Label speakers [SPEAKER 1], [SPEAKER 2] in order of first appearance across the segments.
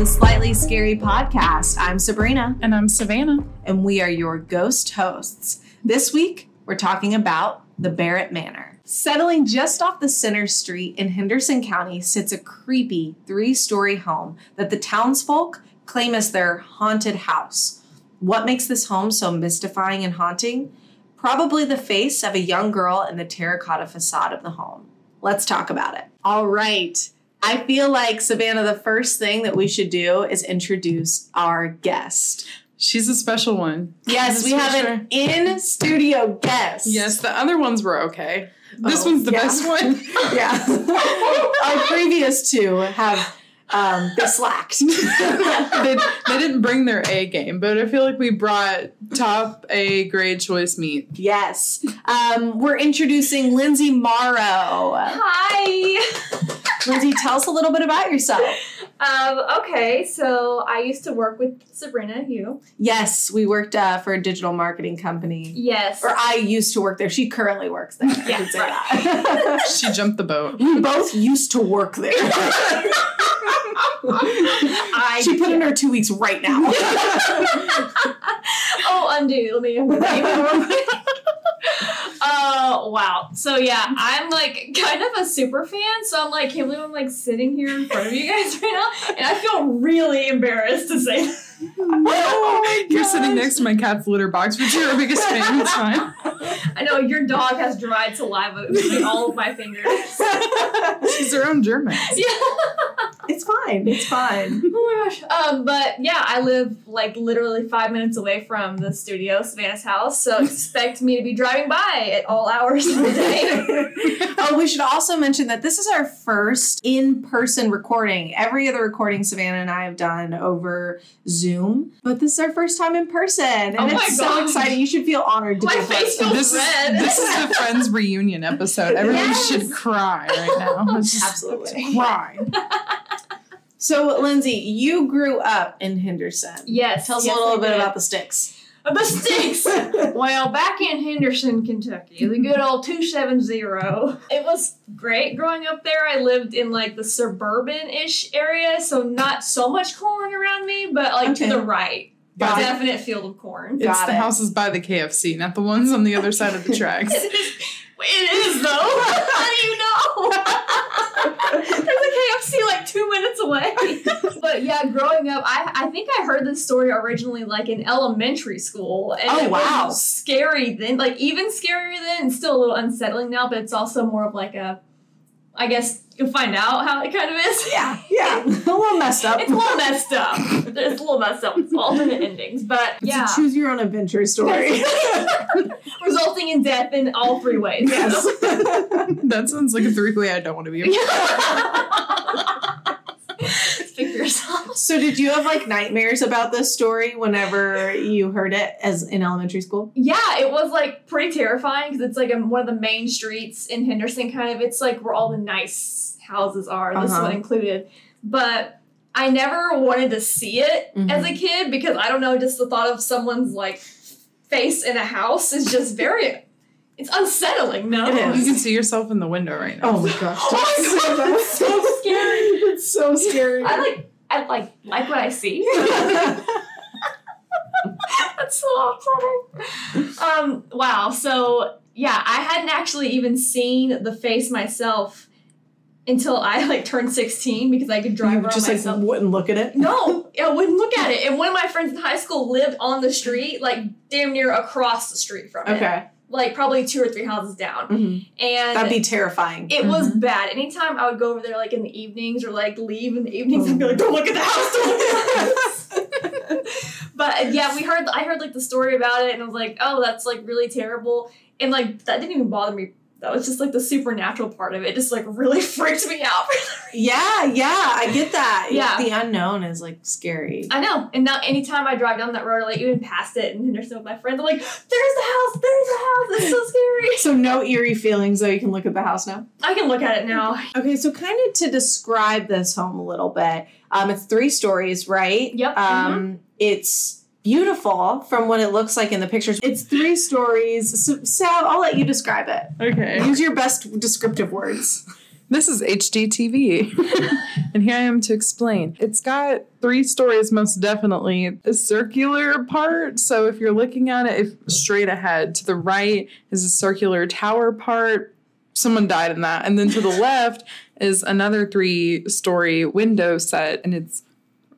[SPEAKER 1] the Slightly Scary Podcast. I'm Sabrina,
[SPEAKER 2] And I'm Savannah.
[SPEAKER 1] and we are your ghost hosts. This week, we're talking about the Barrett Manor. Settling just off the center street in Henderson County sits a creepy three story home that the townsfolk claim as their haunted house. What makes this home so mystifying and haunting? Probably the face of a young girl in the terracotta facade of the home. Let's talk about it. All right. I feel like, Savannah, the first thing that we should do is introduce our guest.
[SPEAKER 2] She's a special one.
[SPEAKER 1] Yes,
[SPEAKER 2] That's
[SPEAKER 1] we
[SPEAKER 2] for
[SPEAKER 1] have an in studio guest.
[SPEAKER 2] Yes, the other ones were okay. This
[SPEAKER 1] Oh,
[SPEAKER 2] one's the
[SPEAKER 1] yeah.
[SPEAKER 2] best one.
[SPEAKER 1] Yeah. Our previous two have um, been slacked.
[SPEAKER 2] they, they didn't bring their A game, but I feel like we brought top A grade choice meat.
[SPEAKER 1] yes. Um, we're introducing Lindsay Morrow.
[SPEAKER 3] Hi.
[SPEAKER 1] Lindsay, tell us a little bit about yourself.
[SPEAKER 3] Um, okay, so I used to work with Sabrina. You?
[SPEAKER 1] Yes, we worked uh, for a digital marketing company.
[SPEAKER 3] Yes.
[SPEAKER 1] Or I used to work there. She currently works there. I
[SPEAKER 3] Yeah,
[SPEAKER 1] should say
[SPEAKER 3] right.
[SPEAKER 1] that.
[SPEAKER 2] She jumped the boat.
[SPEAKER 1] we both used to work there.
[SPEAKER 3] I
[SPEAKER 1] she put in her two weeks right now.
[SPEAKER 3] oh undo. Let me. Oh wow. So yeah, I'm like kind of a super fan. So I'm like, can't believe I'm like sitting here in front of you guys right now, and I feel really embarrassed to say. That.
[SPEAKER 2] You're sitting next to Oh my cat's litter box, which you're a biggest fan. It's fine.
[SPEAKER 3] I know your dog has dried saliva between all of my fingers.
[SPEAKER 2] She's her own German.
[SPEAKER 3] Yeah.
[SPEAKER 1] it's fine. It's fine.
[SPEAKER 3] Oh my gosh. Um, but yeah, I live like literally five minutes away from the studio, Savannah's house, so expect me to be driving by at all hours of the day.
[SPEAKER 1] oh, we should also mention that this is our first in person recording. Every other recording Savannah and I have done over Zoom, but this is our first time in person. And
[SPEAKER 3] Oh my
[SPEAKER 1] it's so
[SPEAKER 3] gosh.
[SPEAKER 1] exciting. You should feel honored to
[SPEAKER 3] My
[SPEAKER 1] be a part of
[SPEAKER 3] face
[SPEAKER 1] it.
[SPEAKER 3] feels-
[SPEAKER 2] This is, this is the Friends reunion episode. Everyone
[SPEAKER 3] Yes.
[SPEAKER 2] should cry right now. Let's just
[SPEAKER 1] Absolutely.
[SPEAKER 2] cry.
[SPEAKER 1] So, Lindsay, you grew up in Henderson.
[SPEAKER 3] Yes.
[SPEAKER 1] Tell us
[SPEAKER 3] yes,
[SPEAKER 1] a little
[SPEAKER 3] I
[SPEAKER 1] bit
[SPEAKER 3] did.
[SPEAKER 1] about the sticks.
[SPEAKER 3] Uh, the sticks. well, back in Henderson, Kentucky, the good old 270. It was great growing up there. I lived in like the suburban ish area, so not so much corn around me, but like
[SPEAKER 1] Okay.
[SPEAKER 3] to the right.
[SPEAKER 1] Got it.
[SPEAKER 3] definite field of corn.
[SPEAKER 2] It's
[SPEAKER 1] Got
[SPEAKER 2] the
[SPEAKER 1] it.
[SPEAKER 2] houses by the KFC, not the ones on the other side of the tracks.
[SPEAKER 3] It is though. How do you know? There's a KFC like two minutes away. But yeah, growing up, I, I think I heard this story originally like in elementary school. And
[SPEAKER 1] Oh,
[SPEAKER 3] it was
[SPEAKER 1] wow.
[SPEAKER 3] scary then, like even scarier then, and still a little unsettling now. But it's also more of like a, I guess you'll find out how it kind of is.
[SPEAKER 1] Yeah, yeah. A little messed up.
[SPEAKER 3] It's a little messed up. It's a little messed up. It's alternate endings, but
[SPEAKER 1] It's
[SPEAKER 3] yeah,
[SPEAKER 1] a choose your own adventure story.
[SPEAKER 3] resulting in death in all three ways.
[SPEAKER 1] yes.
[SPEAKER 2] That sounds like a three-way I don't want to be.
[SPEAKER 3] Speak for yourself.
[SPEAKER 1] so, did you have like nightmares about this story whenever you heard it as in elementary school?
[SPEAKER 3] Yeah, it was like pretty terrifying because it's like a, one of the main streets in Henderson, kind of. It's like where all the nice houses are, this
[SPEAKER 1] Uh-huh.
[SPEAKER 3] one included. But I never wanted to see it as a kid because I don't know, just the thought of someone's like face in a house is just very, it's unsettling, no?
[SPEAKER 1] It
[SPEAKER 2] You
[SPEAKER 1] is.
[SPEAKER 2] can see yourself in the window right now.
[SPEAKER 1] Oh my gosh.
[SPEAKER 3] Oh my God, that's so scary.
[SPEAKER 1] It's so scary.
[SPEAKER 3] I like, I like, like what I see. That's so upsetting. Um, wow. So yeah, I hadn't actually even seen the face myself until I like turned sixteen because I could drive
[SPEAKER 1] you
[SPEAKER 3] around
[SPEAKER 1] just like
[SPEAKER 3] myself.
[SPEAKER 1] wouldn't look at it.
[SPEAKER 3] no, I wouldn't look at it. And one of my friends in high school lived on the street, like damn near across the street from it,
[SPEAKER 1] Okay. Mm-hmm.
[SPEAKER 3] like probably two or three houses down. And
[SPEAKER 1] That'd be terrifying.
[SPEAKER 3] it was bad. Anytime I would go over there, like in the evenings or like leave in the evenings, I'd be like, "Don't look at the house! Don't look at the house!" but uh, yeah, we heard. I heard like the story about it, and I was like, "Oh, that's like really terrible." And like that didn't even bother me. That was just like the supernatural part of it. Just like really freaked me out.
[SPEAKER 1] Yeah, yeah, I get that.
[SPEAKER 3] Yeah.
[SPEAKER 1] The unknown is like scary.
[SPEAKER 3] I know. And now anytime I drive down that road, or like even past it, and Henderson with my friends, I'm like, "There's the house! There's the house! It's so scary!"
[SPEAKER 1] So no eerie feelings though you can look at the house now.
[SPEAKER 3] I can look at it now.
[SPEAKER 1] Okay, so kind of to describe this home a little bit. Um, it's three stories, right?
[SPEAKER 3] Yep,
[SPEAKER 1] Um, it's beautiful from what it looks like in the pictures. It's three stories. So, Sav, I'll let you describe it.
[SPEAKER 2] Okay.
[SPEAKER 1] Use your best descriptive words.
[SPEAKER 2] This is HGTV. and here I am to explain. It's got three stories, most definitely. A circular part. So if you're looking at it, if straight ahead to the right is a circular tower part. Someone died in that. And then to the left is another three story window set. And it's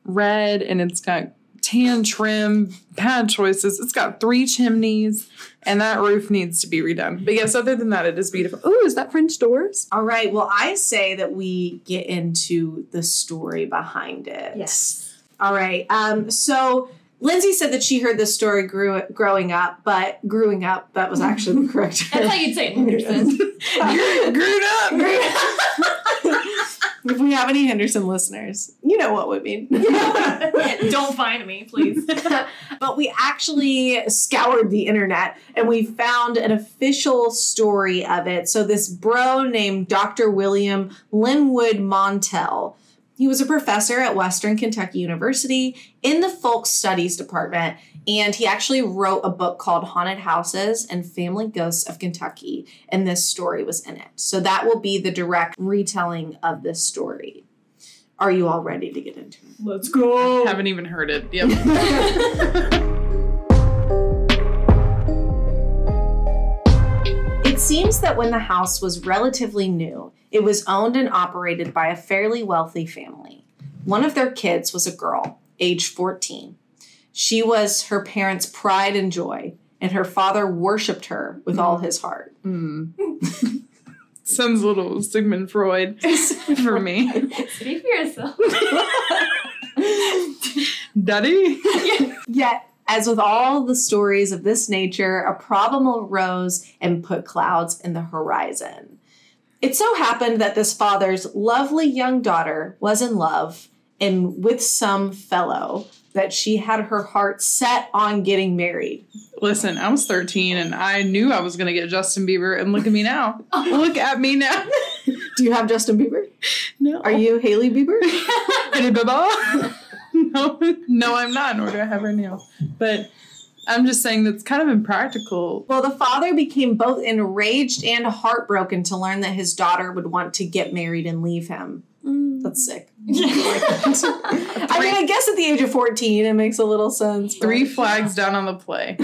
[SPEAKER 2] red and it's got tan trim, pad choices. It's got three chimneys. And that roof needs to be redone. But yes, other than that, it is beautiful. Oh, is that French doors?
[SPEAKER 1] All right. Well, I say that we get into the story behind it.
[SPEAKER 3] Yes.
[SPEAKER 1] All right. Um, so Lindsay said that she heard this story grew, growing up, but growing up, that was actually the correct
[SPEAKER 3] That's
[SPEAKER 1] term.
[SPEAKER 3] how you'd say it, Henderson.
[SPEAKER 2] You're screwed up.
[SPEAKER 1] if we have any Henderson listeners, you know what would mean.
[SPEAKER 3] Don't find me, please.
[SPEAKER 1] but we actually scoured the internet and we found an official story of it. So this bro named Dr. William Linwood Montell, he was a professor at Western Kentucky University in the folk studies department and he actually wrote a book called Haunted Houses and Family Ghosts of Kentucky and this story was in it. So that will be the direct retelling of this story. Are you all ready to get into it?
[SPEAKER 3] Let's go.
[SPEAKER 2] Haven't even heard it. Yep.
[SPEAKER 1] It seems that when the house was relatively new, it was owned and operated by a fairly wealthy family. One of their kids was a girl, age 14. She was her parents' pride and joy, and her father worshipped her with all his heart.
[SPEAKER 2] Hmm. Sounds a little Sigmund Freud for me.
[SPEAKER 3] Speak for yourself.
[SPEAKER 2] Daddy?
[SPEAKER 1] Yet, as with all the stories of this nature, a problem arose and put clouds in the horizon. It so happened that this father's lovely young daughter was in love and with some fellow that she had her heart set on getting married.
[SPEAKER 2] Listen, I was 13 and I knew I was going to get Justin Bieber, and look at me now. look at me now.
[SPEAKER 1] Do you have Justin Bieber?
[SPEAKER 2] No.
[SPEAKER 1] Are you Haley Bieber?
[SPEAKER 2] Pretty Baba? no, no, I'm not, nor do I have her now. But I'm just saying that's kind of impractical.
[SPEAKER 1] Well, the father became both enraged and heartbroken to learn that his daughter would want to get married and leave him. That's sick. Mm. I mean, I guess at the age of 14, it makes a little sense. but-
[SPEAKER 2] Three flags down on the play.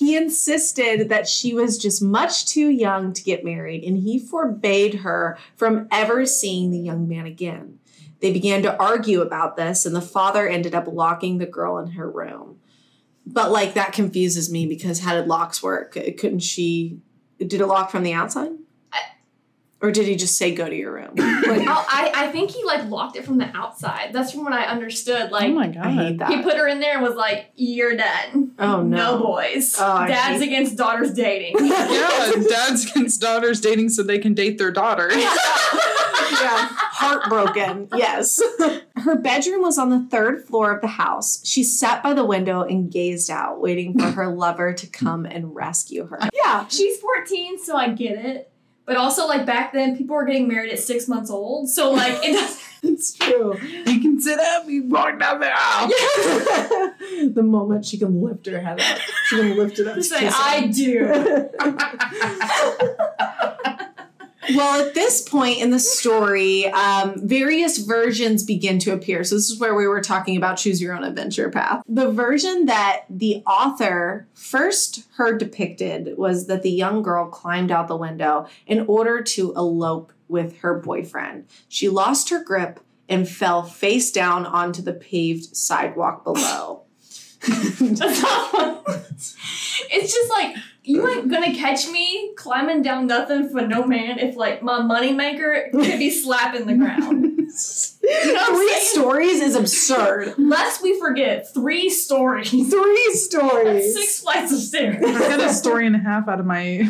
[SPEAKER 1] He insisted that she was just much too young to get married, and he forbade her from ever seeing the young man again. They began to argue about this, and the father ended up locking the girl in her room. But, like, that confuses me because how did locks work? Uh, Couldn't she. Did it lock from the outside? Or did he just say, go to your room? Like,
[SPEAKER 3] Oh, I, I think he like locked it from the outside. That's from what I understood.
[SPEAKER 2] oh
[SPEAKER 3] Like
[SPEAKER 2] my
[SPEAKER 1] I hate
[SPEAKER 2] God.
[SPEAKER 1] that.
[SPEAKER 3] he put her in there and was like, "You're done.
[SPEAKER 1] oh, no.
[SPEAKER 3] boys.
[SPEAKER 1] Oh, I
[SPEAKER 3] Dad's
[SPEAKER 1] hate-
[SPEAKER 3] against daughters dating."
[SPEAKER 2] Yeah, dads against daughters dating so they can date their daughter.
[SPEAKER 1] yeah, heartbroken. Yes. Her bedroom was on the third floor of the house. She sat by the window and gazed out, waiting for her lover to come and rescue her. Yeah.
[SPEAKER 3] She's 14, so I get it. But also, like back then, people were getting married at six months old, so like it does.
[SPEAKER 1] It's true.
[SPEAKER 2] You can sit up, you walk down the aisle.
[SPEAKER 1] the moment she can lift her head up, she can lift it up.
[SPEAKER 3] Just
[SPEAKER 1] to
[SPEAKER 3] like
[SPEAKER 1] kiss him.
[SPEAKER 3] I do.
[SPEAKER 1] Well, at this point in the story, um, various versions begin to appear. So, this is where we were talking about choose your own adventure path. The version that the author first heard depicted was that the young girl climbed out the window in order to elope with her boyfriend. She lost her grip and fell face down onto the paved sidewalk below.
[SPEAKER 3] That's not fun. it's just like you ain't gonna catch me climbing down nothing for no man if like my moneymaker could be slapping the ground.
[SPEAKER 1] Three stories is absurd.
[SPEAKER 3] Lest we forget, three stories.
[SPEAKER 1] Three stories.
[SPEAKER 3] Six flights of stairs.
[SPEAKER 2] I got a story and a half out of my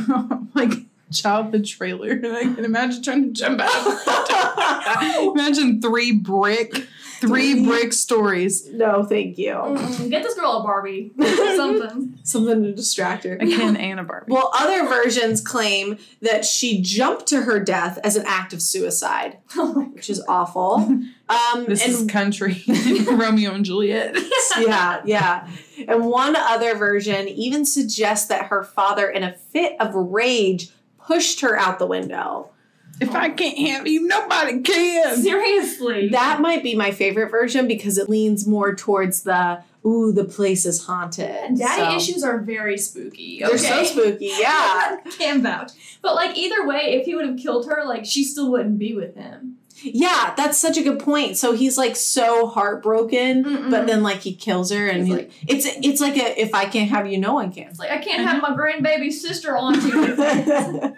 [SPEAKER 2] like childhood trailer. and I can imagine trying to jump out. imagine three brick, three brick stories.
[SPEAKER 1] No, thank you.
[SPEAKER 3] Mm-mm, Get this girl a Barbie. Something.
[SPEAKER 1] Something to distract her.
[SPEAKER 2] I can Anna Barbie.
[SPEAKER 1] Well, other versions claim that she jumped to her death as an act of suicide,
[SPEAKER 3] Oh
[SPEAKER 1] which is awful. Um,
[SPEAKER 2] This
[SPEAKER 1] and
[SPEAKER 2] is country Romeo and Juliet.
[SPEAKER 1] yeah, yeah. And one other version even suggests that her father, in a fit of rage, pushed her out the window.
[SPEAKER 2] If I can't have you, nobody can.
[SPEAKER 3] Seriously.
[SPEAKER 1] That might be my favorite version because it leans more towards the ooh, the place is haunted.
[SPEAKER 3] Daddy
[SPEAKER 1] So-
[SPEAKER 3] issues are very spooky.
[SPEAKER 1] They're so
[SPEAKER 3] okay?
[SPEAKER 1] spooky, yeah.
[SPEAKER 3] Can vouch. But like either way, if he would have killed her, like she still wouldn't be with him.
[SPEAKER 1] Yeah, that's such a good point. So he's like so heartbroken,
[SPEAKER 3] Mm-mm.
[SPEAKER 1] but then like he kills her and
[SPEAKER 3] He's
[SPEAKER 1] he-
[SPEAKER 3] like-
[SPEAKER 1] it's it's like a if I can't have you, no one can.
[SPEAKER 3] It's like I can't have my grandbaby sister on to you.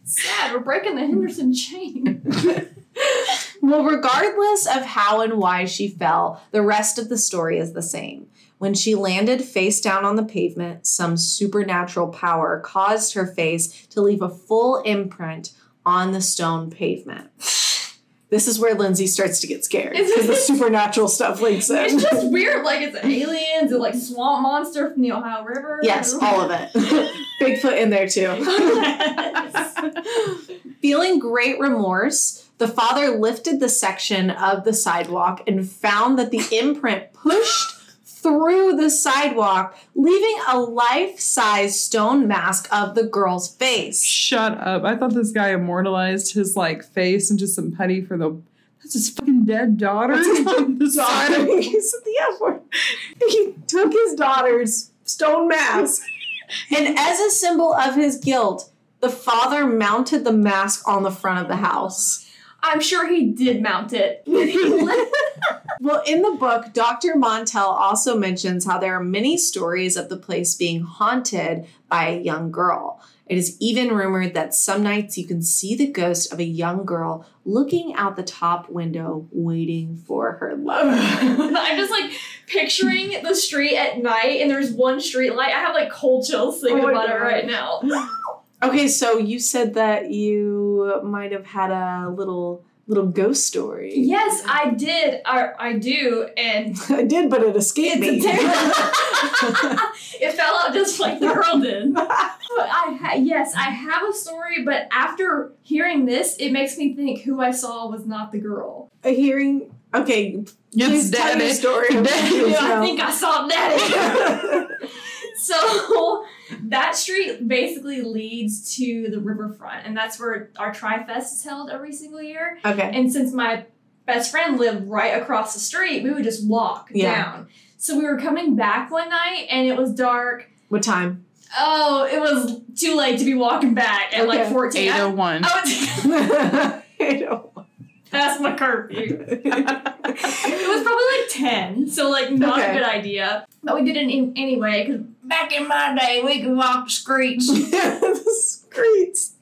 [SPEAKER 3] It's sad. We're breaking the Henderson chain.
[SPEAKER 1] Well, regardless of how and why she fell, the rest of the story is the same. When she landed face down on the pavement, some supernatural power caused her face to leave a full imprint on the stone pavement. This is where Lindsay starts to get scared because the supernatural stuff links in.
[SPEAKER 3] It's just weird. Like it's aliens and like swamp monster from the Ohio River.
[SPEAKER 1] Yes, all of it. Bigfoot in there too. Feeling great remorse, the father lifted the section of the sidewalk and found that the imprint pushed through the sidewalk, leaving a life size stone mask of the girl's face.
[SPEAKER 2] Shut up. I thought this guy immortalized his like face and just some putty for the that's his fucking dead daughter. on the side of-
[SPEAKER 1] he said the F word. He took his daughter's stone mask. and as a symbol of his guilt, the father mounted the mask on the front of the house.
[SPEAKER 3] I'm sure he did mount it.
[SPEAKER 1] Well, in the book, Dr. Montel also mentions how there are many stories of the place being haunted by a young girl. It is even rumored that some nights you can see the ghost of a young girl looking out the top window waiting for her lover.
[SPEAKER 3] I'm just like picturing the street at night, and there's one street light. I have like cold chills thinking
[SPEAKER 1] Oh my
[SPEAKER 3] about
[SPEAKER 1] God.
[SPEAKER 3] it right now.
[SPEAKER 1] okay, so you said that you might have had a little little ghost story.
[SPEAKER 3] Yes, I did. I, I do, and
[SPEAKER 1] I did, but it escaped
[SPEAKER 3] It's
[SPEAKER 1] me.
[SPEAKER 3] a terrible. it fell out just like the girl did. But I ha- yes, I have a story, but after hearing this, it makes me think who I saw was not the girl.
[SPEAKER 1] a hearing. Okay,
[SPEAKER 2] It's
[SPEAKER 1] please tell
[SPEAKER 2] dead.
[SPEAKER 1] your story.
[SPEAKER 2] Daddy.
[SPEAKER 3] Yeah, I think I saw that. so that street basically leads to the riverfront, and that's where our Tri-Fest is held every single year.
[SPEAKER 1] okay.
[SPEAKER 3] And since my best friend lived right across the street, we would just walk
[SPEAKER 1] Yeah.
[SPEAKER 3] down. So we were coming back one night and it was dark.
[SPEAKER 1] What time?
[SPEAKER 3] Oh, it was too late to be walking back at like
[SPEAKER 1] Okay.
[SPEAKER 3] 14. I,
[SPEAKER 2] 801.
[SPEAKER 3] I was
[SPEAKER 1] I don't-
[SPEAKER 3] past my curfew. It was probably like 10, so like not
[SPEAKER 1] Okay.
[SPEAKER 3] a good idea. But we did it in, anyway because back in my day, we could walk the streets.
[SPEAKER 1] the screets.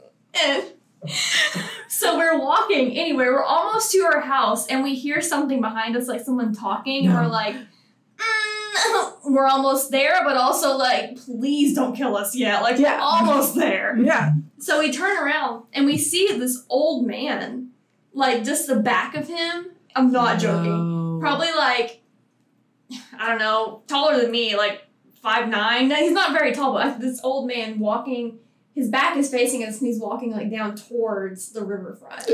[SPEAKER 3] so we're walking anyway we're almost to our house and we hear something behind us like someone talking and we're like "Mm, we're almost there but also like please don't kill us yet like
[SPEAKER 1] Yeah.
[SPEAKER 3] we're almost there
[SPEAKER 1] Yeah.
[SPEAKER 3] so we turn around and we see this old man like just the back of him i'm not joking probably like i don't know taller than me like five nine he's not very tall but this old man walking his back is facing us and he's walking like down towards the riverfront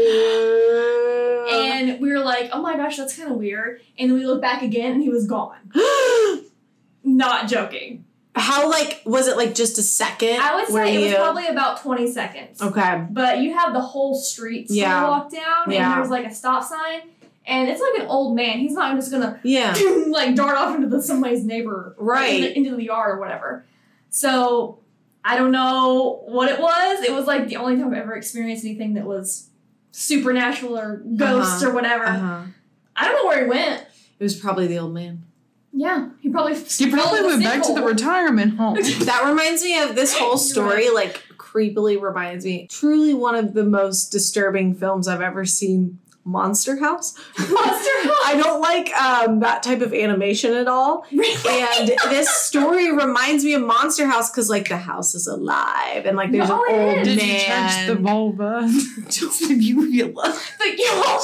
[SPEAKER 3] and we were like oh my gosh that's kind of weird and then we look back again and he was gone not joking
[SPEAKER 1] How like was it like just a second?
[SPEAKER 3] i would
[SPEAKER 1] where
[SPEAKER 3] say it was
[SPEAKER 1] you-
[SPEAKER 3] probably about 20 seconds
[SPEAKER 1] okay.
[SPEAKER 3] but you have the whole street to
[SPEAKER 1] Yeah.
[SPEAKER 3] walk down
[SPEAKER 1] Yeah.
[SPEAKER 3] and there's like a stop sign and it's like an old man he's not just gonna
[SPEAKER 1] Yeah.
[SPEAKER 3] like dart off into the, somebody's neighbor,
[SPEAKER 1] Right.
[SPEAKER 3] into, into the yard or whatever. So I don't know what it was. It was like the only time I've ever experienced anything that was supernatural or ghosts or whatever.
[SPEAKER 1] Uh-huh.
[SPEAKER 3] I don't know where he went.
[SPEAKER 1] It was probably the old man.
[SPEAKER 3] Yeah, he probably
[SPEAKER 2] You probably went back to the retirement home.
[SPEAKER 1] That reminds me of this whole
[SPEAKER 3] You're
[SPEAKER 1] story. Like creepily reminds me. Truly one of the most disturbing films I've ever seen. Monster House. I don't like um, that type of animation at all. And this story reminds me of Monster House because like the house is alive and like there's
[SPEAKER 3] No,
[SPEAKER 1] an
[SPEAKER 3] it
[SPEAKER 1] old
[SPEAKER 3] is.
[SPEAKER 2] Did you touch
[SPEAKER 1] man.
[SPEAKER 2] the vulva? Did you realize?
[SPEAKER 3] Like, you all-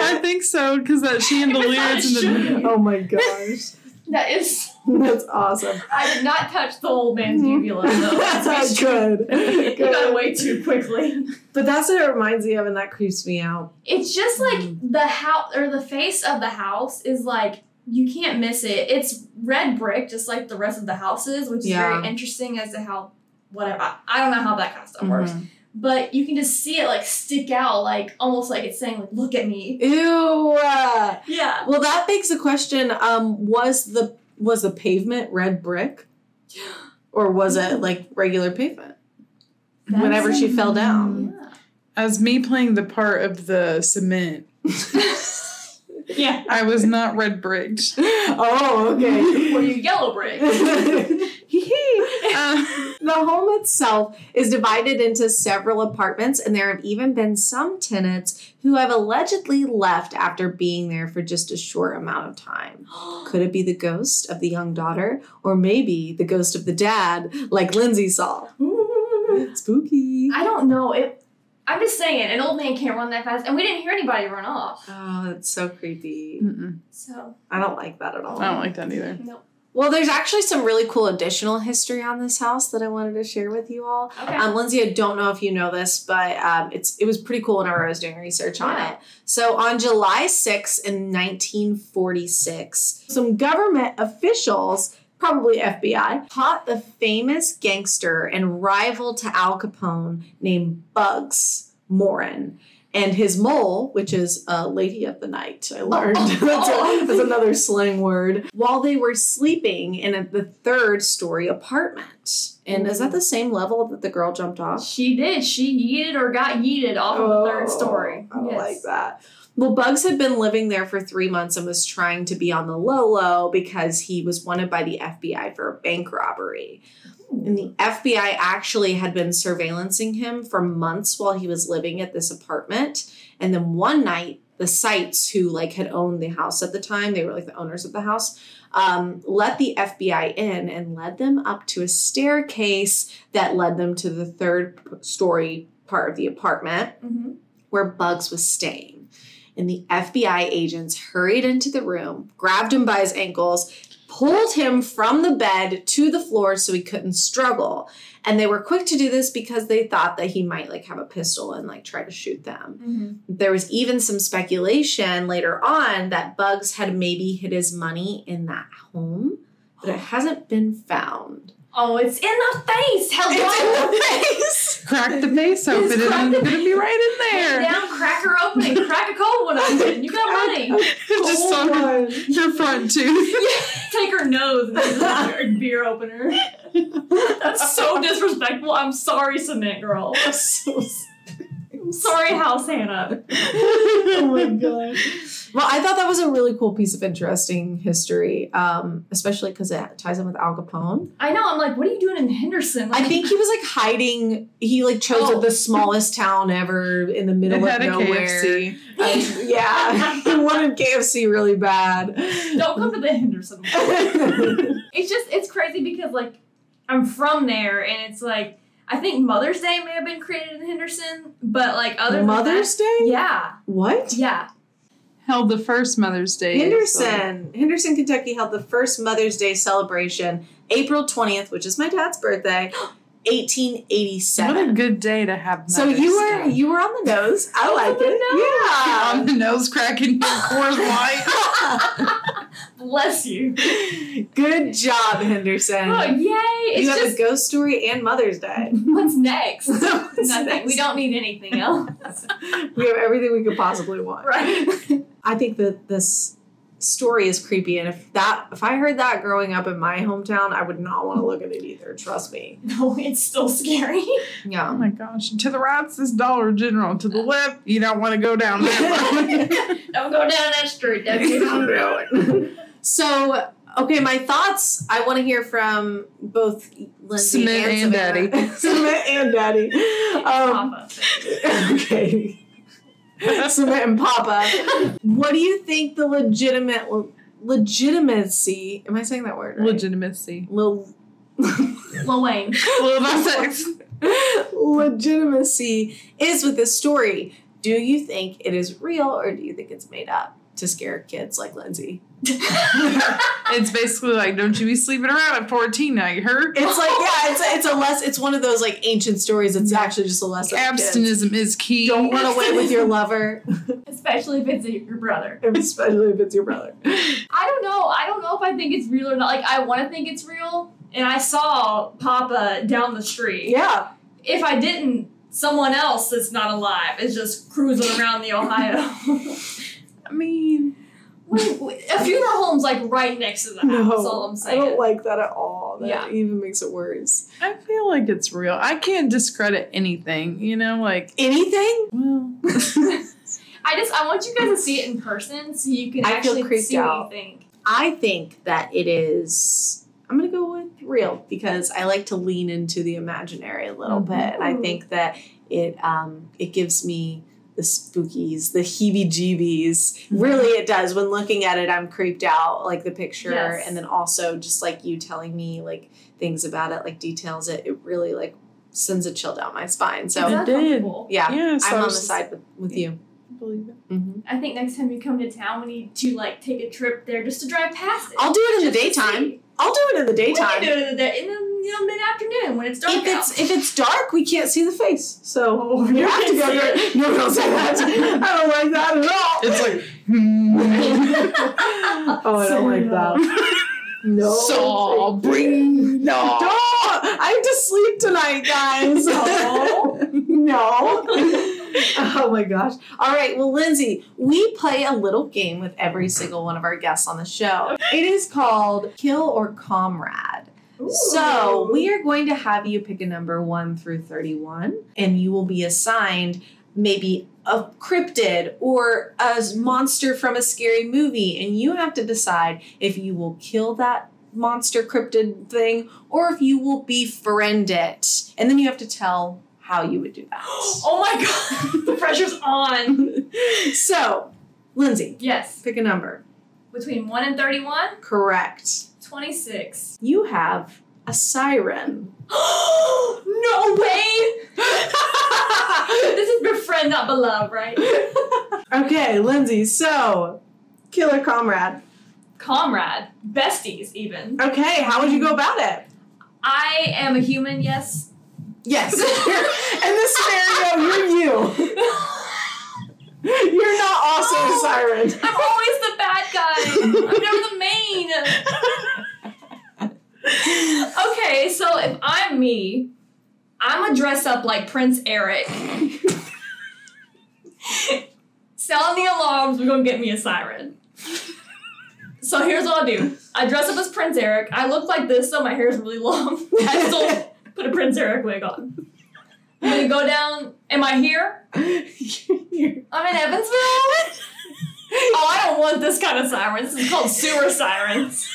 [SPEAKER 2] I think so, because that chandelier
[SPEAKER 3] not
[SPEAKER 2] is in the.
[SPEAKER 3] shooting.
[SPEAKER 1] Oh my gosh,
[SPEAKER 3] That is.
[SPEAKER 1] that's awesome.
[SPEAKER 3] I did not touch the old man's uvula though.
[SPEAKER 1] Mm-hmm.
[SPEAKER 3] That's
[SPEAKER 1] that's good.
[SPEAKER 3] you got
[SPEAKER 1] Good.
[SPEAKER 3] away too quickly.
[SPEAKER 1] But that's what it reminds me of, and that creeps me out.
[SPEAKER 3] It's just like
[SPEAKER 1] Mm-hmm.
[SPEAKER 3] the house or the face of the house is like you can't miss it. It's red brick, just like the rest of the houses, which is
[SPEAKER 1] Yeah. Mm-hmm.
[SPEAKER 3] very interesting as to how whatever I, I don't know how that kind of stuff works. but you can just see it like stick out, like almost like it's saying like, "Look at me."
[SPEAKER 1] Ew. uh,
[SPEAKER 3] Yeah.
[SPEAKER 1] Well, that begs the question: um, Was the was the pavement red brick, or was it like regular pavement? Whenever she fell down.
[SPEAKER 2] As me playing the part of the cement,
[SPEAKER 1] Yeah.
[SPEAKER 2] I was not red bricked.
[SPEAKER 1] Oh, okay.
[SPEAKER 3] Were you yellow brick?
[SPEAKER 2] Um,
[SPEAKER 1] The home itself is divided into several apartments, and there have even been some tenants who have allegedly left after being there for just a short amount of time. Could it be the ghost of the young daughter, or maybe the ghost of the dad, like Lindsay saw? Spooky.
[SPEAKER 3] I don't know. It. I'm just saying, an old man can't run that fast, and we didn't hear anybody run off.
[SPEAKER 1] Oh, that's so creepy.
[SPEAKER 2] mm-mm.
[SPEAKER 3] So
[SPEAKER 1] I don't like that at all.
[SPEAKER 2] I don't like that either.
[SPEAKER 3] no.
[SPEAKER 1] Well, there's actually some really cool additional history on this house that I wanted to share with you all.
[SPEAKER 3] Okay.
[SPEAKER 1] Um, Lindsay, I don't know if you know this, but um, it's it was pretty cool whenever I was doing research on
[SPEAKER 3] Yeah.
[SPEAKER 1] it. So on July 6th in 1946, some government officials, probably FBI, caught the famous gangster and rival to Al Capone named Bugs Morin. And his mole, which is a lady of the night, I learned. that's, a- that's another slang word. While they were sleeping in a, the third story apartment. And is that the same level that the girl jumped off?
[SPEAKER 3] she did. She yeeted or got yeeted off of the third
[SPEAKER 1] Oh,
[SPEAKER 3] story.
[SPEAKER 1] I don't
[SPEAKER 3] yes.
[SPEAKER 1] like that. Well, Bugs had been living there for three months and was trying to be on the low low because he was wanted by the FBI for a bank robbery. And the FBI actually had been surveillancing him for months while he was living at this apartment. And then one night, the sites who like had owned the house at the time, they were like the owners of the house, um, let the FBI in and led them up to a staircase that led them to the third p- story part of the apartment
[SPEAKER 3] hmm
[SPEAKER 1] where Bugs was staying. And the FBI agents hurried into the room, grabbed him by his ankles, pulled him from the bed to the floor so he couldn't struggle. And they were quick to do this because they thought that he might like have a pistol and like try to shoot them.
[SPEAKER 3] hmm
[SPEAKER 1] There was even some speculation later on that Bugs had maybe hid his money in that home, but it hasn't been found.
[SPEAKER 3] Oh, it's in the face. Hello.
[SPEAKER 1] It's
[SPEAKER 2] Crack the face open, and I'm gonna be right in there.
[SPEAKER 3] Down, crack her open and crack a cold one open. You got money.
[SPEAKER 2] Just on her,
[SPEAKER 1] in the face.
[SPEAKER 2] her front tooth.
[SPEAKER 3] Take her nose and then your beer opener. That's so disrespectful. I'm sorry, cement girl.
[SPEAKER 1] So
[SPEAKER 3] I'm sorry, house Hannah.
[SPEAKER 1] oh my god. Well, I thought that was a really cool piece of interesting history, um, especially because it ties in with Al Capone.
[SPEAKER 3] I know. I'm like, what are you doing in Henderson?
[SPEAKER 1] I
[SPEAKER 3] Like,
[SPEAKER 1] think he was like hiding. He like chose
[SPEAKER 3] Oh.
[SPEAKER 1] the smallest town ever in the middle
[SPEAKER 2] It
[SPEAKER 1] of
[SPEAKER 2] had a
[SPEAKER 1] nowhere.
[SPEAKER 2] KFC.
[SPEAKER 1] Um, yeah, he wanted KFC really bad.
[SPEAKER 3] don't come to the Henderson. one. It's just it's crazy because like I'm from there, and it's like I think Mother's Day may have been created in Henderson, but like other than
[SPEAKER 1] Mother's Day?
[SPEAKER 3] that, yeah,
[SPEAKER 1] What?
[SPEAKER 3] yeah.
[SPEAKER 2] Held the first Mother's Day.
[SPEAKER 1] Henderson, Henderson, Kentucky held the first Mother's Day celebration April 20th, which is my dad's birthday,
[SPEAKER 2] So what a
[SPEAKER 1] 1887.
[SPEAKER 2] good day to have.
[SPEAKER 1] So
[SPEAKER 2] Mother's
[SPEAKER 1] you were
[SPEAKER 2] Day.
[SPEAKER 1] you were on the nose. I
[SPEAKER 3] Oh, I was
[SPEAKER 1] like
[SPEAKER 3] on the
[SPEAKER 1] it. Yeah.
[SPEAKER 2] on the nose cracking your Coors Light.
[SPEAKER 3] Bless you.
[SPEAKER 1] Good job, Henderson.
[SPEAKER 3] Oh yay! It's
[SPEAKER 1] you have
[SPEAKER 3] just
[SPEAKER 1] a ghost story and Mother's Day.
[SPEAKER 3] what's next.
[SPEAKER 1] What's
[SPEAKER 3] Nothing.
[SPEAKER 1] next?
[SPEAKER 3] We don't need anything else.
[SPEAKER 1] We have everything we could possibly want.
[SPEAKER 3] right.
[SPEAKER 1] I think that this story is creepy, and if that if I heard that growing up in my hometown, I would not want to look at it either. Trust me.
[SPEAKER 3] No, it's still scary.
[SPEAKER 2] Oh
[SPEAKER 1] Yeah.
[SPEAKER 2] my gosh. To the right is Dollar General. To the left, you don't want to go down that road.
[SPEAKER 3] Don't go down that street, Debbie.
[SPEAKER 1] so okay, my thoughts. I want to hear from both Lindsay
[SPEAKER 2] Submit and
[SPEAKER 1] Savannah.
[SPEAKER 2] Daddy.
[SPEAKER 1] Submit and Daddy. Um,
[SPEAKER 3] Papa.
[SPEAKER 1] okay. Submit and Papa. What do you think the legitimate legitimacy? Am I saying that word right?
[SPEAKER 2] Legitimacy.
[SPEAKER 1] Lil-
[SPEAKER 3] Lil Wayne.
[SPEAKER 2] Well, that's it.
[SPEAKER 1] legitimacy is with this story. Do you think it is real or do you think it's made up to scare kids like Lindsay?
[SPEAKER 2] It's basically like, don't you be sleeping around at 14 now, you heard?
[SPEAKER 1] It's like yeah, it's it's a less. It's one of those like ancient stories. It's actually just a lesson. for kids.
[SPEAKER 2] Abstinism is key.
[SPEAKER 1] Don't run away with your lover,
[SPEAKER 3] Especially if it's your brother.
[SPEAKER 1] especially if it's your brother.
[SPEAKER 3] I don't know. I don't know if I think it's real or not. Like I want to think it's real, and I saw Papa down the street.
[SPEAKER 1] Yeah,
[SPEAKER 3] If I didn't, someone else that's not alive is just cruising around the Ohio.
[SPEAKER 2] I mean,
[SPEAKER 3] Wait, wait, a funeral home's like right next to the house.
[SPEAKER 2] No,
[SPEAKER 3] that's all I'm
[SPEAKER 4] I
[SPEAKER 3] saying.
[SPEAKER 4] don't like that at all. That
[SPEAKER 3] Yeah.
[SPEAKER 4] even makes it worse.
[SPEAKER 2] I feel like it's real. I can't discredit anything, you know, like,
[SPEAKER 1] Anything?
[SPEAKER 2] well,
[SPEAKER 3] I just I want you guys to see it in person so you can
[SPEAKER 1] I feel
[SPEAKER 3] actually
[SPEAKER 1] creeped
[SPEAKER 3] see
[SPEAKER 1] out.
[SPEAKER 3] what you think.
[SPEAKER 1] I think that it is. I'm going to go with real because I like to lean into the imaginary a little bit. And I
[SPEAKER 3] Mm-hmm.
[SPEAKER 4] Mhm.
[SPEAKER 1] think that it um, it gives me the spookies, the heebie-jeebies.
[SPEAKER 3] Mm-hmm.
[SPEAKER 1] Really, it does. When looking at it, I'm creeped out, like the picture,
[SPEAKER 3] Yes.
[SPEAKER 1] and then also just like you telling me like things about it, like details it. It really like sends a chill down my spine. So
[SPEAKER 3] It's
[SPEAKER 2] It did.
[SPEAKER 3] uncomfortable.
[SPEAKER 1] yeah,
[SPEAKER 2] yeah, so
[SPEAKER 1] I'm
[SPEAKER 2] I
[SPEAKER 1] on the
[SPEAKER 2] was just-
[SPEAKER 1] side with, with you. Mm-hmm.
[SPEAKER 2] Believe it.
[SPEAKER 3] I think next time you come to town, we need to like take a trip there just to drive past it.
[SPEAKER 1] I'll do it in the
[SPEAKER 3] Just to
[SPEAKER 1] daytime.
[SPEAKER 3] see.
[SPEAKER 1] I'll do it in the
[SPEAKER 3] We can
[SPEAKER 1] daytime.
[SPEAKER 3] do it in the, in the you know, mid afternoon when it's dark
[SPEAKER 1] if it's if it's dark, we can't see the face. So
[SPEAKER 3] out.
[SPEAKER 1] you have to go
[SPEAKER 3] Yes.
[SPEAKER 1] there. No, don't say that. I don't like that at all.
[SPEAKER 2] It's like, hmm.
[SPEAKER 4] Oh, I don't like that. No.
[SPEAKER 2] so bring no.
[SPEAKER 1] Don't- I have to sleep tonight, guys.
[SPEAKER 4] No. no.
[SPEAKER 1] oh my gosh. All right. Well, Lindsay, we play a little game with every single one of our guests on the show. It is called Kill or Comrade. So we are going to have you pick a number one through 31, and you will be assigned maybe a cryptid or a s- monster from a scary movie, and you have to decide if you will kill that monster cryptid thing or if you will befriend it. And then you have to tell how you would do that.
[SPEAKER 3] Oh my god, the pressure's on.
[SPEAKER 1] so, Lindsay,
[SPEAKER 3] Yes,
[SPEAKER 1] pick a number.
[SPEAKER 3] between one and 31,
[SPEAKER 1] Correct.
[SPEAKER 3] 26.
[SPEAKER 1] You have a siren.
[SPEAKER 3] no way! This is befriend, not beloved, right?
[SPEAKER 1] Okay, Lindsay, so killer comrade.
[SPEAKER 3] Comrade, besties, even.
[SPEAKER 1] Okay, how would you go about it?
[SPEAKER 3] I am a human, yes.
[SPEAKER 1] Yes. In this scenario, you're you. You're not also a siren.
[SPEAKER 3] I'm always the bad guy. I'm never the main. Okay, so if I'm me, I'm gonna dress up like Prince Eric. Sound the alarms, we're gonna get me a siren. So here's what I'll do. I dress up as Prince Eric. I look like this, so my hair's really long. I still put a Prince Eric wig on. I'm gonna go down. Am I here? I'm in Evansville. oh, I don't want this kind of siren. This is called sewer sirens.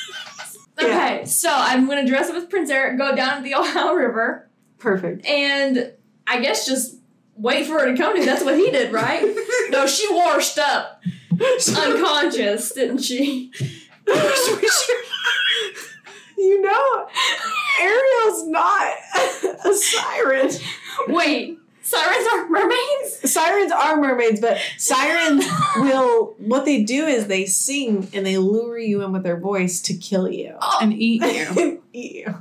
[SPEAKER 3] Okay, so I'm gonna dress up as Prince Eric, go down to the Ohio River,
[SPEAKER 1] Perfect.
[SPEAKER 3] and I guess just wait for her to come to. me. That's what he did, right? no, she washed up, unconscious, didn't she?
[SPEAKER 1] you know, Ariel's not a siren.
[SPEAKER 3] Wait, sirens are mermaids.
[SPEAKER 1] Sirens are mermaids, but sirens will, what they do is they sing and they lure you in with their voice to kill you.
[SPEAKER 2] and eat you.
[SPEAKER 1] Eat you.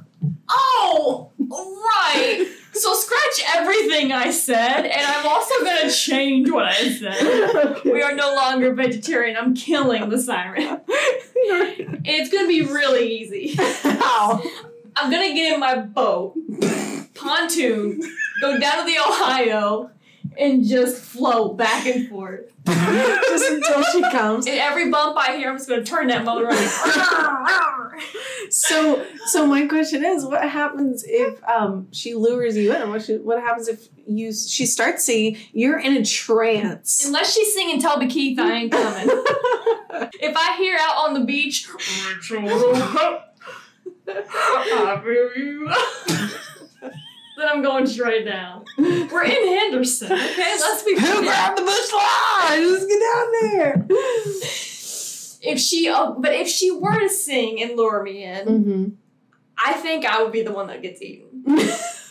[SPEAKER 3] Oh, right. So scratch everything I said, and I'm also gonna change what I said. We are no longer vegetarian. I'm killing the siren. It's gonna be really easy.
[SPEAKER 1] Ow.
[SPEAKER 3] I'm gonna get in my boat, pontoon, go down to the Ohio, and just float back and forth.
[SPEAKER 1] Just until she comes.
[SPEAKER 3] And every bump I hear, I'm just gonna turn that motor on.
[SPEAKER 1] So, so my question is, what happens if um she lures you in? What she, what happens if you she starts singing? You're in a trance.
[SPEAKER 3] Unless she's singing Toby Keith, I ain't coming. if I hear out on the beach, I feel you. then I'm going straight down. We're in Henderson, okay? Let's be
[SPEAKER 2] Who
[SPEAKER 3] clear.
[SPEAKER 2] grabbed the bush line?
[SPEAKER 1] Just get down there.
[SPEAKER 3] If she, uh, but if she were to sing and lure me in,
[SPEAKER 1] Mm-hmm.
[SPEAKER 3] I think I would be the one that gets eaten.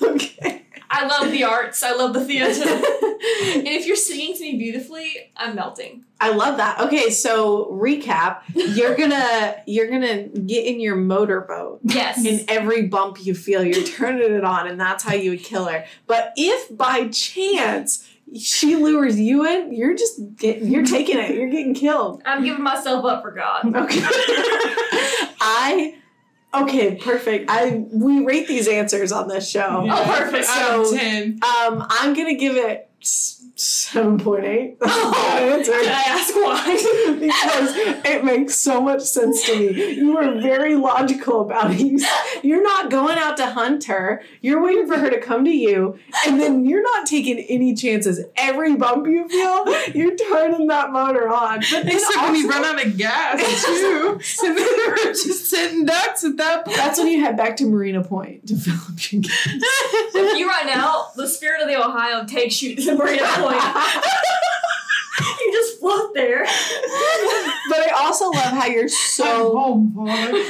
[SPEAKER 1] okay.
[SPEAKER 3] I love the arts. I love the theater. and if you're singing to me beautifully, I'm melting.
[SPEAKER 1] I love that. Okay, so recap. You're gonna you're gonna get in your motorboat.
[SPEAKER 3] Yes.
[SPEAKER 1] In every bump you feel, you're turning it on, and that's how you would kill her. But if by chance she lures you in, you're just getting, you're taking it. You're getting killed.
[SPEAKER 3] I'm giving myself up for God.
[SPEAKER 1] Okay. I Okay, perfect. I we rate these answers on this show.
[SPEAKER 3] Yeah. Oh, perfect.
[SPEAKER 1] So-
[SPEAKER 5] Out of 10.
[SPEAKER 1] Um, I'm gonna give it seven point eight. That's a
[SPEAKER 2] Oh.
[SPEAKER 1] bad answer.
[SPEAKER 3] Can I ask why?
[SPEAKER 1] because it makes so much sense to me. You were very logical about it. You, you're not going out to hunt her. You're waiting for her to come to you, and then you're not taking any chances. Every bump you feel, you're turning that motor on. But then
[SPEAKER 2] Except when we
[SPEAKER 1] also-
[SPEAKER 2] run out of gas too, and then we're just sitting ducks at that point.
[SPEAKER 1] That's when you head back to Marina Point to fill up your gas.
[SPEAKER 3] if you run out, the spirit of the Ohio takes you to the burrito point. you just float there.
[SPEAKER 1] But I also love how you're so
[SPEAKER 5] home, boy.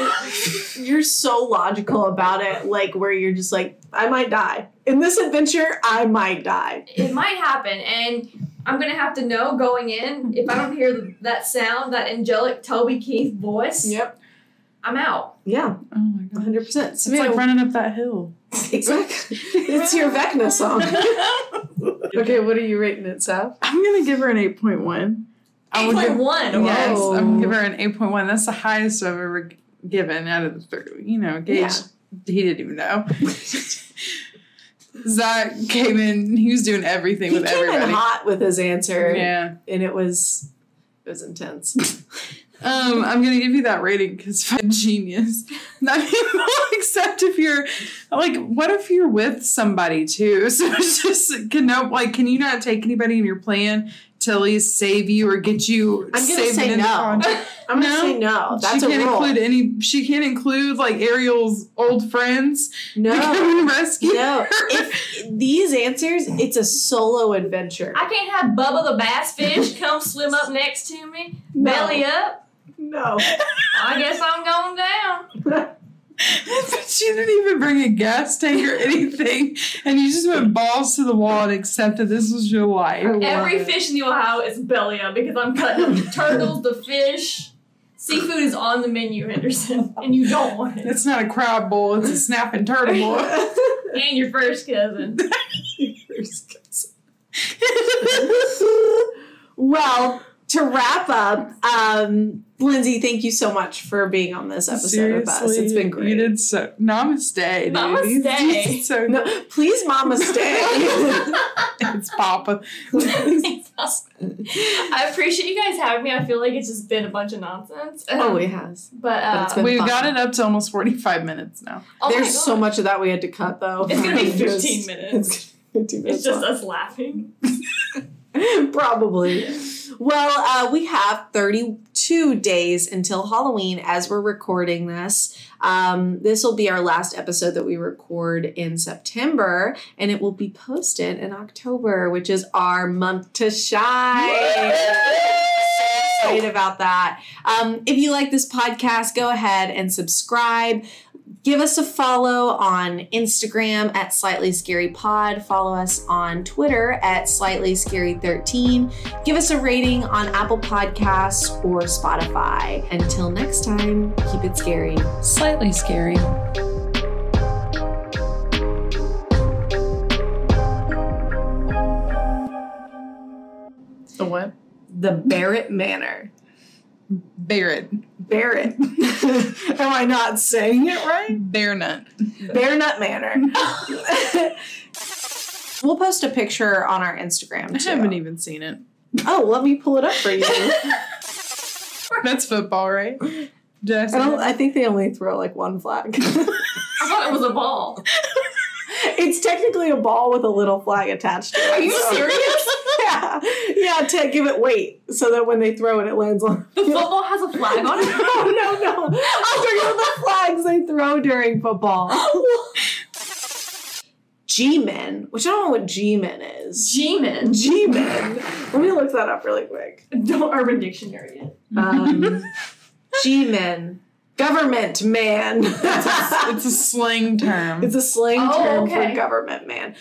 [SPEAKER 1] you're so logical about it, like where you're just like, I might die. In this adventure, I might die.
[SPEAKER 3] It might happen, and I'm gonna have to know going in if I don't hear th- that sound, that angelic Toby Keith voice.
[SPEAKER 1] Yep.
[SPEAKER 3] I'm out.
[SPEAKER 1] Yeah,
[SPEAKER 2] Oh my god.
[SPEAKER 1] 100%. It's
[SPEAKER 2] It's like running up that hill.
[SPEAKER 1] exactly. it's your Vecna song. okay, what are you rating it, Sav?
[SPEAKER 2] I'm gonna give her an 8.1. I
[SPEAKER 3] Eight
[SPEAKER 2] would
[SPEAKER 3] point
[SPEAKER 2] give
[SPEAKER 3] one.
[SPEAKER 2] Yes,
[SPEAKER 1] Wow.
[SPEAKER 2] I'm gonna give her an
[SPEAKER 1] Oh.
[SPEAKER 2] 8.1. That's the highest I've ever g- given out of the three. You know, Gage, he didn't even know. Zach came in, he was doing everything
[SPEAKER 1] He
[SPEAKER 2] with
[SPEAKER 1] came in
[SPEAKER 2] everybody.
[SPEAKER 1] hot with his answer,
[SPEAKER 2] Yeah.
[SPEAKER 1] and it was it was intense.
[SPEAKER 2] Um, I'm gonna give you that rating because I'm a genius. Not people, except if you're like, what if you're with somebody too? So it's just can no like can you not take anybody in your plan to at least save you or get you
[SPEAKER 1] I'm gonna
[SPEAKER 2] saved
[SPEAKER 1] say
[SPEAKER 2] in
[SPEAKER 1] no.
[SPEAKER 2] the contract?
[SPEAKER 1] I'm gonna
[SPEAKER 2] No.
[SPEAKER 1] say no. Oh, That's
[SPEAKER 2] she
[SPEAKER 1] a
[SPEAKER 2] can't
[SPEAKER 1] rule.
[SPEAKER 2] include any she can't include like Ariel's old friends to
[SPEAKER 1] no.
[SPEAKER 2] come and rescue.
[SPEAKER 1] No, if these answers, it's a solo adventure.
[SPEAKER 3] I can't have Bubba the bass fish come swim up next to me,
[SPEAKER 1] No.
[SPEAKER 3] belly up.
[SPEAKER 1] No.
[SPEAKER 3] I guess I'm going down.
[SPEAKER 2] but she didn't even bring a gas tank or anything. And you just went balls to the wall and accepted this was your life.
[SPEAKER 3] Every fish in the Ohio is belly up because I'm cutting up the turtles, the fish. Seafood is on the menu, Henderson, and you don't want it.
[SPEAKER 2] It's not a crab bowl, it's a snapping turtle bowl.
[SPEAKER 3] And your first cousin.
[SPEAKER 1] well, to wrap up, um, Lindsay, thank you so much for being on this episode with us. It's been
[SPEAKER 2] You
[SPEAKER 1] great.
[SPEAKER 2] did so namaste. Dude. These-
[SPEAKER 3] Namaste.
[SPEAKER 2] these are so
[SPEAKER 1] No, please, Mama,
[SPEAKER 3] Oh
[SPEAKER 1] stay.
[SPEAKER 2] it's Papa.
[SPEAKER 3] I appreciate you guys having me. I feel like it's just been a bunch of nonsense.
[SPEAKER 1] oh, it has.
[SPEAKER 3] But, uh,
[SPEAKER 1] but it's been
[SPEAKER 2] We've
[SPEAKER 1] fun.
[SPEAKER 2] got it up to almost 45 minutes now.
[SPEAKER 3] oh my
[SPEAKER 1] There's
[SPEAKER 3] God.
[SPEAKER 1] so much of that we had to cut, though.
[SPEAKER 3] It's gonna be
[SPEAKER 1] It was-
[SPEAKER 3] 15 minutes.
[SPEAKER 1] It's gonna be 15 minutes.
[SPEAKER 3] It's just
[SPEAKER 1] long.
[SPEAKER 3] us laughing.
[SPEAKER 1] Probably. Well, uh, we have 32 days until Halloween as we're recording this. Um, this will be our last episode that we record in September, and it will be posted in October, which is our month to shine. So Excited about that. Um, if you like this podcast, go ahead and subscribe. Give us a follow on Instagram at Slightly Scary Pod. Follow us on Twitter at Slightly Scary 13. Give us a rating on Apple Podcasts or Spotify. Until next time, keep it scary.
[SPEAKER 6] Slightly scary.
[SPEAKER 2] The what?
[SPEAKER 7] The Barrett Manor.
[SPEAKER 2] Barrett.
[SPEAKER 1] Barrett. Am I not saying it right?
[SPEAKER 2] Bear nut.
[SPEAKER 1] Bear Nut Manor. we'll post a picture on our Instagram.
[SPEAKER 2] I
[SPEAKER 1] Too.
[SPEAKER 2] haven't even seen it.
[SPEAKER 1] Oh, let me pull it up for you.
[SPEAKER 2] That's football, right? Did I
[SPEAKER 1] I,
[SPEAKER 2] say
[SPEAKER 1] don't,
[SPEAKER 2] that?
[SPEAKER 1] I think they only throw like one flag.
[SPEAKER 3] I thought it was a ball.
[SPEAKER 1] it's technically a ball with a little flag attached to it. Are
[SPEAKER 3] you serious?
[SPEAKER 1] yeah. Yeah, to give it weight so that when they throw it, it lands on.
[SPEAKER 3] The football has a flag on it.
[SPEAKER 1] No, no, no. I'm talking about the flags they throw during football. G men, which I don't know what G men is.
[SPEAKER 3] G-Man.
[SPEAKER 1] G men. Let me look that up really quick.
[SPEAKER 3] Don't Urban Dictionary it.
[SPEAKER 1] Um, G men. Government man.
[SPEAKER 2] It's a slang term.
[SPEAKER 1] It's a slang
[SPEAKER 3] Oh,
[SPEAKER 1] term
[SPEAKER 3] okay.
[SPEAKER 1] for government man.